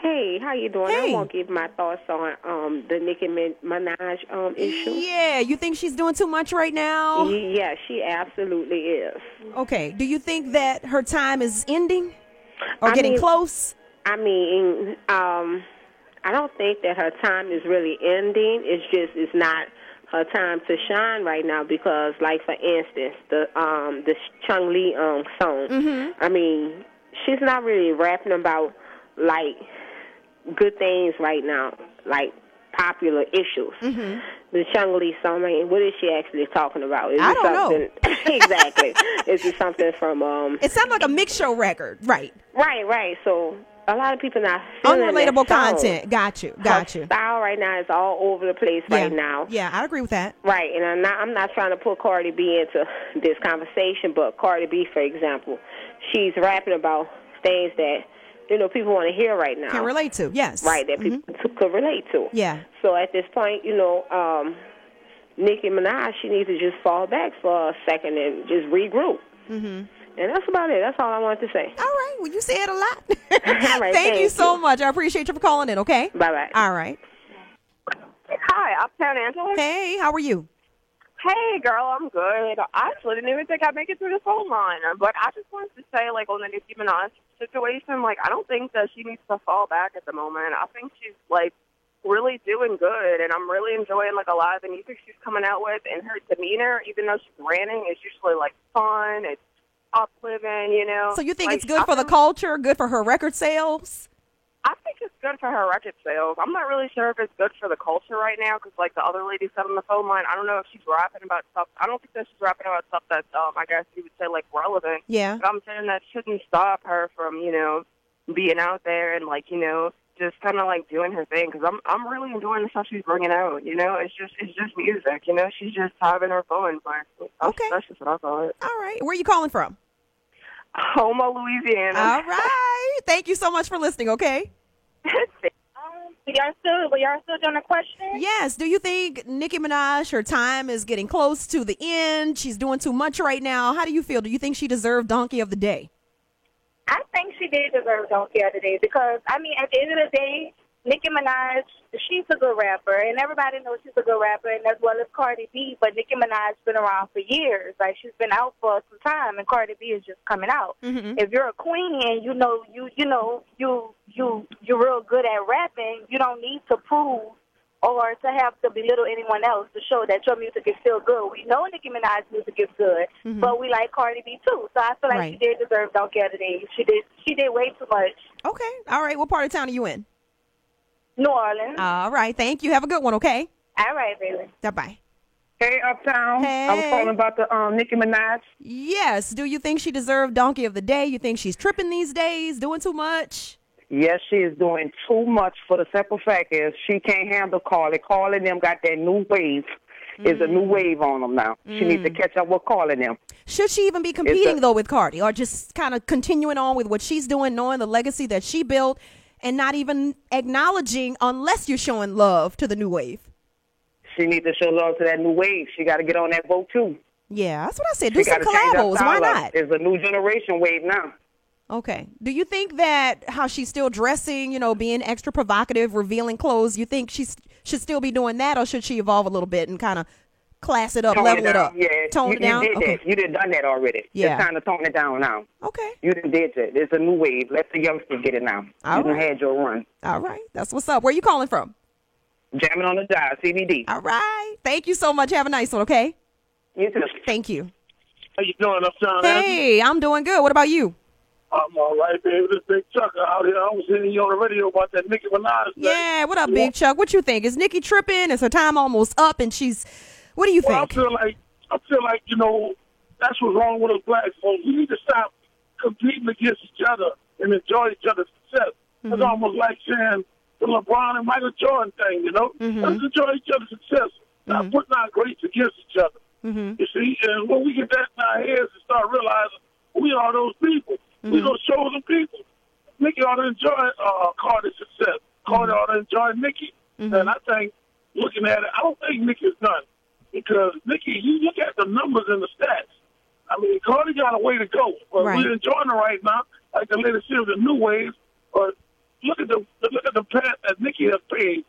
Hey, how you doing? Hey. I won't give my thoughts on um the Nicki Min- Minaj um issue. Yeah, you think she's doing too much right now? Ye- Yeah, she absolutely is. Okay. Do you think that her time is ending or I getting mean- close? I mean, um, I don't think that her time is really ending. It's just it's not her time to shine right now because, like for instance, the um the Chung Lee um song. Mm-hmm. I mean, she's not really rapping about like good things right now, like popular issues. Mm-hmm. The Chung Lee song. I mean, what is she actually talking about? Is I it don't know. something exactly? Is it something from um It sounds like a mix show record, right? Right, right. So a lot of people not feeling that Unrelatable song. content. Got you. Her Got you. Style right now is all over the place Yeah. right now. Yeah, I agree with that. Right, and I'm not, I'm not trying to put Cardi B into this conversation, but Cardi B, for example, she's rapping about things that you know people want to hear right now. Can relate to. Yes. Oh. Right, that people t- could relate to. Yeah. So at this point, you know, um, Nicki Minaj, she needs to just fall back for a second and just regroup. hmm Mm-hmm. And that's about it. That's all I wanted to say. All right. Well, you said a lot. All right, thank you thank so you. much. I appreciate you for calling in, okay? Bye bye. All right. Hi, Uptown Angela. Hey, how are you? Hey, girl, I'm good. I actually didn't even think I'd make it through the phone line, but I just wanted to say, like, on the Nicki Minaj situation, like, I don't think that she needs to fall back at the moment. I think she's like really doing good, and I'm really enjoying like a lot of the music she's coming out with, and her demeanor, even though she's ranting, is usually like fun. It's uplifting, you know. So you think Like, it's good I for the think- culture, good for her record sales? I think it's good for her record sales. I'm not really sure if it's good for the culture right now because, like the other lady said on the phone line, I don't know if she's rapping about stuff. I don't think that she's rapping about stuff that's, um, I guess you would say, like relevant. Yeah. But I'm saying that shouldn't stop her from, you know, being out there and like, you know, just kind of like doing her thing. Because I'm, I'm really enjoying the stuff she's bringing out. You know, it's just, it's just music. You know, she's just having her fun. But that's- Okay. that's just what I call it. All right. Where are you calling from? Homo, Louisiana. All right. Thank you so much for listening, okay? Um, we are still we are still doing a question. Yes. Do you think Nicki Minaj, her time is getting close to the end? She's doing too much right now. How do you feel? Do you think she deserved Donkey of the Day? I think she did deserve Don't Care today because I mean at the end of the day, Nicki Minaj she's a good rapper and everybody knows she's a good rapper and as well as Cardi B. But Nicki Minaj's been around for years, like she's been out for some time, and Cardi B is just coming out. If you're a queen and you know you you know you you you're real good at rapping, you don't need to prove or to have to belittle anyone else to show that your music is still good. We know Nicki Minaj's music is good, but we like Cardi B too. So I feel like Right. she did deserve Don't Care Today. She did she did way too much. Okay. All right. What part of town are you in? New Orleans. All right. Thank you. Have a good one, okay? All right, baby. Bye bye. Hey, Uptown. I was Hey. calling about the um, Nicki Minaj. Yes. Do you think she deserved Donkey of the Day? You think she's tripping these days, doing too much? Yes, she is doing too much for the simple fact is she can't handle Carly. Carly and them got that new wave. Is a new Mm. wave on them now. She needs to catch up with Carly and them. Should she even be competing a- though with Cardi, or just kind of continuing on with what she's doing, knowing the legacy that she built, and not even acknowledging unless you're showing love to the new wave? She needs to show love to that new wave. She got to get on that boat too. Yeah, that's what I said. Do She some got to change her collabos. Why style up. not? It's a new generation wave now. Okay. Do you think that how she's still dressing, you know, being extra provocative, revealing clothes, you think she should still be doing that, or should she evolve a little bit and kind of class it up, Tone level it it down. up, Yeah, tone you, it down? You did okay. that. You did done that already. Yeah. It's time to tone it down now. okay. You done did that. It's a new wave. Let the youngsters get it now. All you done right. had your run. All right. That's what's up. Where you calling from? Jamming on the dial, CBD. All right. Thank you so much. Have a nice one. Okay. You too. Thank you. How you doing, Uptown? Anthony? Hey, I'm doing good. What about you? I'm all right, baby. This big trucker out here. I was hearing you on the radio about that Nicki Minaj thing. Yeah. What up, Big Chuck? What you think? Is Nikki tripping? Is her time almost up? And she's, what do you Well, I think? feel like I feel like you know that's what's wrong with us black folks. We need to stop competing against each other and enjoy each other's success. Mm-hmm. It's almost like saying the LeBron and Michael Jordan thing. You know, Mm-hmm. let's enjoy each other's success. Not putting our greats against each other. Mm-hmm. You see, and when we get that in our heads and start realizing we are those people, we those chosen people. Nikki ought to enjoy uh, Carter's success. Carter ought to enjoy Nikki. And I think, looking at it, I don't think Nikki's done. Because, Nikki, you look at the numbers and the stats. I mean, Carter got a way to go. But Right. we're enjoying it right now. Like the latest series, the new waves. But look at the look at the path that Nikki has paid.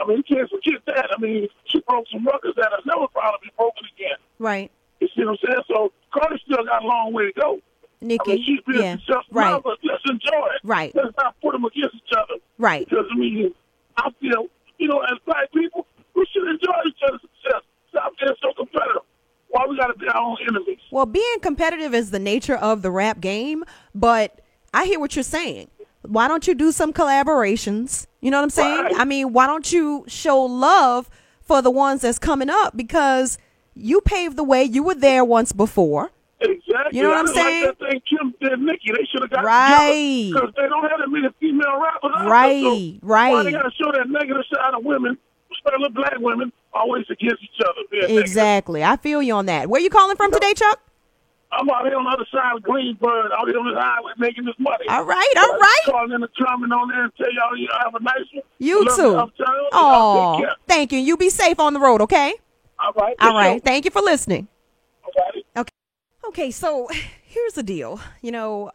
I mean, you can't forget that. I mean, she broke some records that are never probably be broken again. Right. You see what I'm saying? So Cardi still got a long way to go. Nikki. I mean, she's been yeah. successful. Right. But let's enjoy it. Right. Let's not put them against each other. Right. Because, I mean, I feel, you know, as black people, we should enjoy each other's success. Stop being so competitive. Why we got to be our own enemies? Well, being competitive is the nature of the rap game, but I hear what you're saying. Why don't you do some collaborations? You know what I'm saying? Right. I mean, why don't you show love for the ones that's coming up because you paved the way. You were there once before. Exactly. You know what I I'm didn't saying? Like that thing Kim did Nikki. They should have got Right. Because they don't have that many female rappers. out there, Right, so Why right. they got to show that negative side of women, especially black women, always against each other. being negative. Exactly. I feel you on that. Where you calling from today, Chuck? I'm out here on the other side of Greensburg, out here on this highway making this money. All right, all I'm right. Calling in the comment on there and tell y'all you have a nice one. You Love too. Uptown. Y'all Oh, take care. thank you. You be safe on the road, okay? All right. All right. Thank you for listening. All right. Okay, so here's the deal. You know,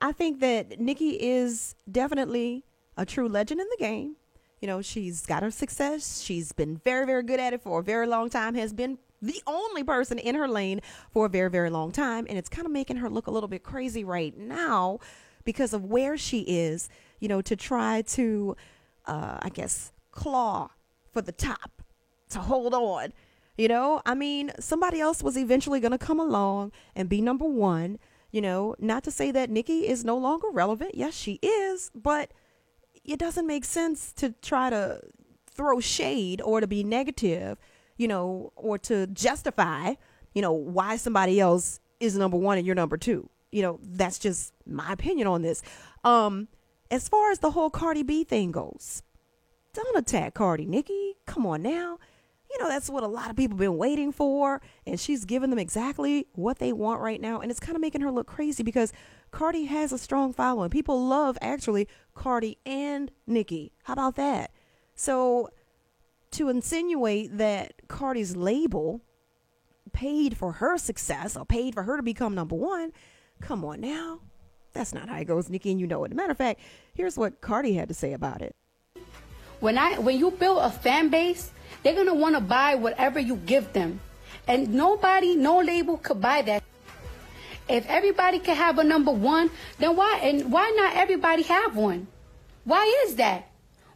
I think that Nikki is definitely a true legend in the game. You know, she's got her success. She's been very, very good at it for a very long time, has been the only person in her lane for a very, very long time. And it's kind of making her look a little bit crazy right now because of where she is, you know, to try to, uh, I guess, claw for the top to hold on. You know, I mean, somebody else was eventually going to come along and be number one. You know, not to say that Nikki is no longer relevant. Yes, she is, but it doesn't make sense to try to throw shade or to be negative, you know, or to justify, you know, why somebody else is number one and you're number two. You know, that's just my opinion on this. Um, as far as the whole Cardi B thing goes, don't attack Cardi, Nikki. Come on now. You know, that's what a lot of people been waiting for. And she's giving them exactly what they want right now. And it's kind of making her look crazy because Cardi has a strong following. People love, actually, Cardi and Nikki. How about that? So to insinuate that Cardi's label paid for her success or paid for her to become number one, come on now. That's not how it goes, Nikki, and you know it. Matter of fact, here's what Cardi had to say about it. When I when you build a fan base, they're gonna wanna buy whatever you give them. And nobody, no label could buy that. If everybody could have a number one, then why and why not everybody have one? Why is that?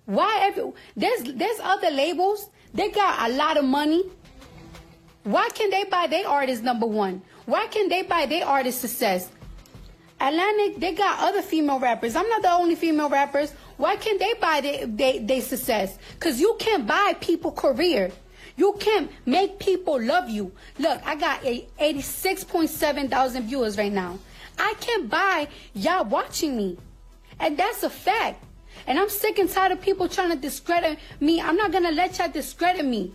Why every there's there's other labels, they got a lot of money. Why can they buy their artist number one? Why can they buy their artist success? Atlantic, they got other female rappers. I'm not the only female rappers. Why can't they buy their they, they success? Because you can't buy people career. You can't make people love you. Look, I got a 86.7 thousand viewers right now. I can't buy y'all watching me. And that's a fact. And I'm sick and tired of people trying to discredit me. I'm not going to let y'all discredit me.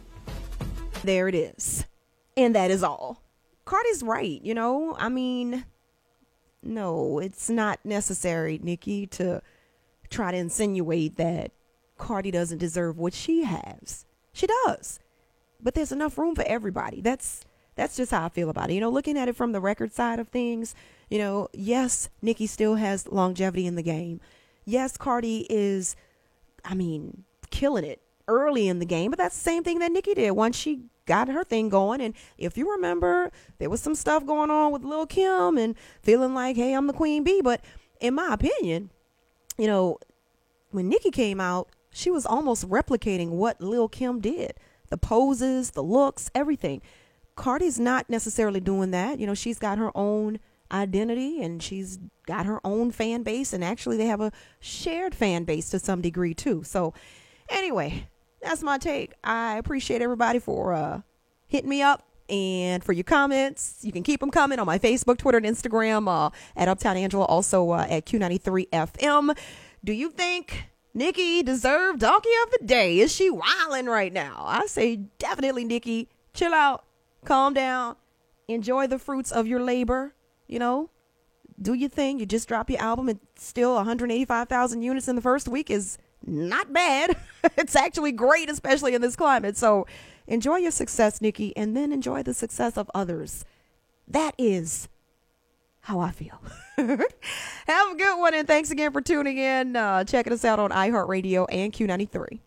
There it is. And that is all. Cardi's right, you know? I mean, no, it's not necessary, Nikki, to try to insinuate that Cardi doesn't deserve what she has. She does. But there's enough room for everybody. That's that's just how I feel about it. You know, looking at it from the record side of things, you know, yes, Nikki still has longevity in the game. Yes, Cardi is I mean, killing it early in the game. But that's the same thing that Nikki did once she got her thing going. And if you remember, there was some stuff going on with Lil Kim and feeling like, hey, I'm the queen bee. But in my opinion, you know, when Nikki came out, she was almost replicating what Lil Kim did the poses, the looks, everything. Cardi's not necessarily doing that. You know, she's got her own identity and she's got her own fan base, and actually, they have a shared fan base to some degree, too. So, anyway, that's my take. I appreciate everybody for uh, hitting me up and for your comments. You can keep them coming on my Facebook, Twitter, and Instagram uh, at Uptown Angela, also uh, at Q93FM. Do you think Nikki deserved Donkey of the Day? Is she wilding right now? I say definitely, Nikki. Chill out, calm down, enjoy the fruits of your labor. You know, do your thing. You just drop your album, and still 185,000 units in the first week is not bad. it's actually great, especially in this climate. So enjoy your success, Nikki, and then enjoy the success of others. That is how I feel. Have a good one, and thanks again for tuning in. Uh, checking us out on iHeartRadio and Q93.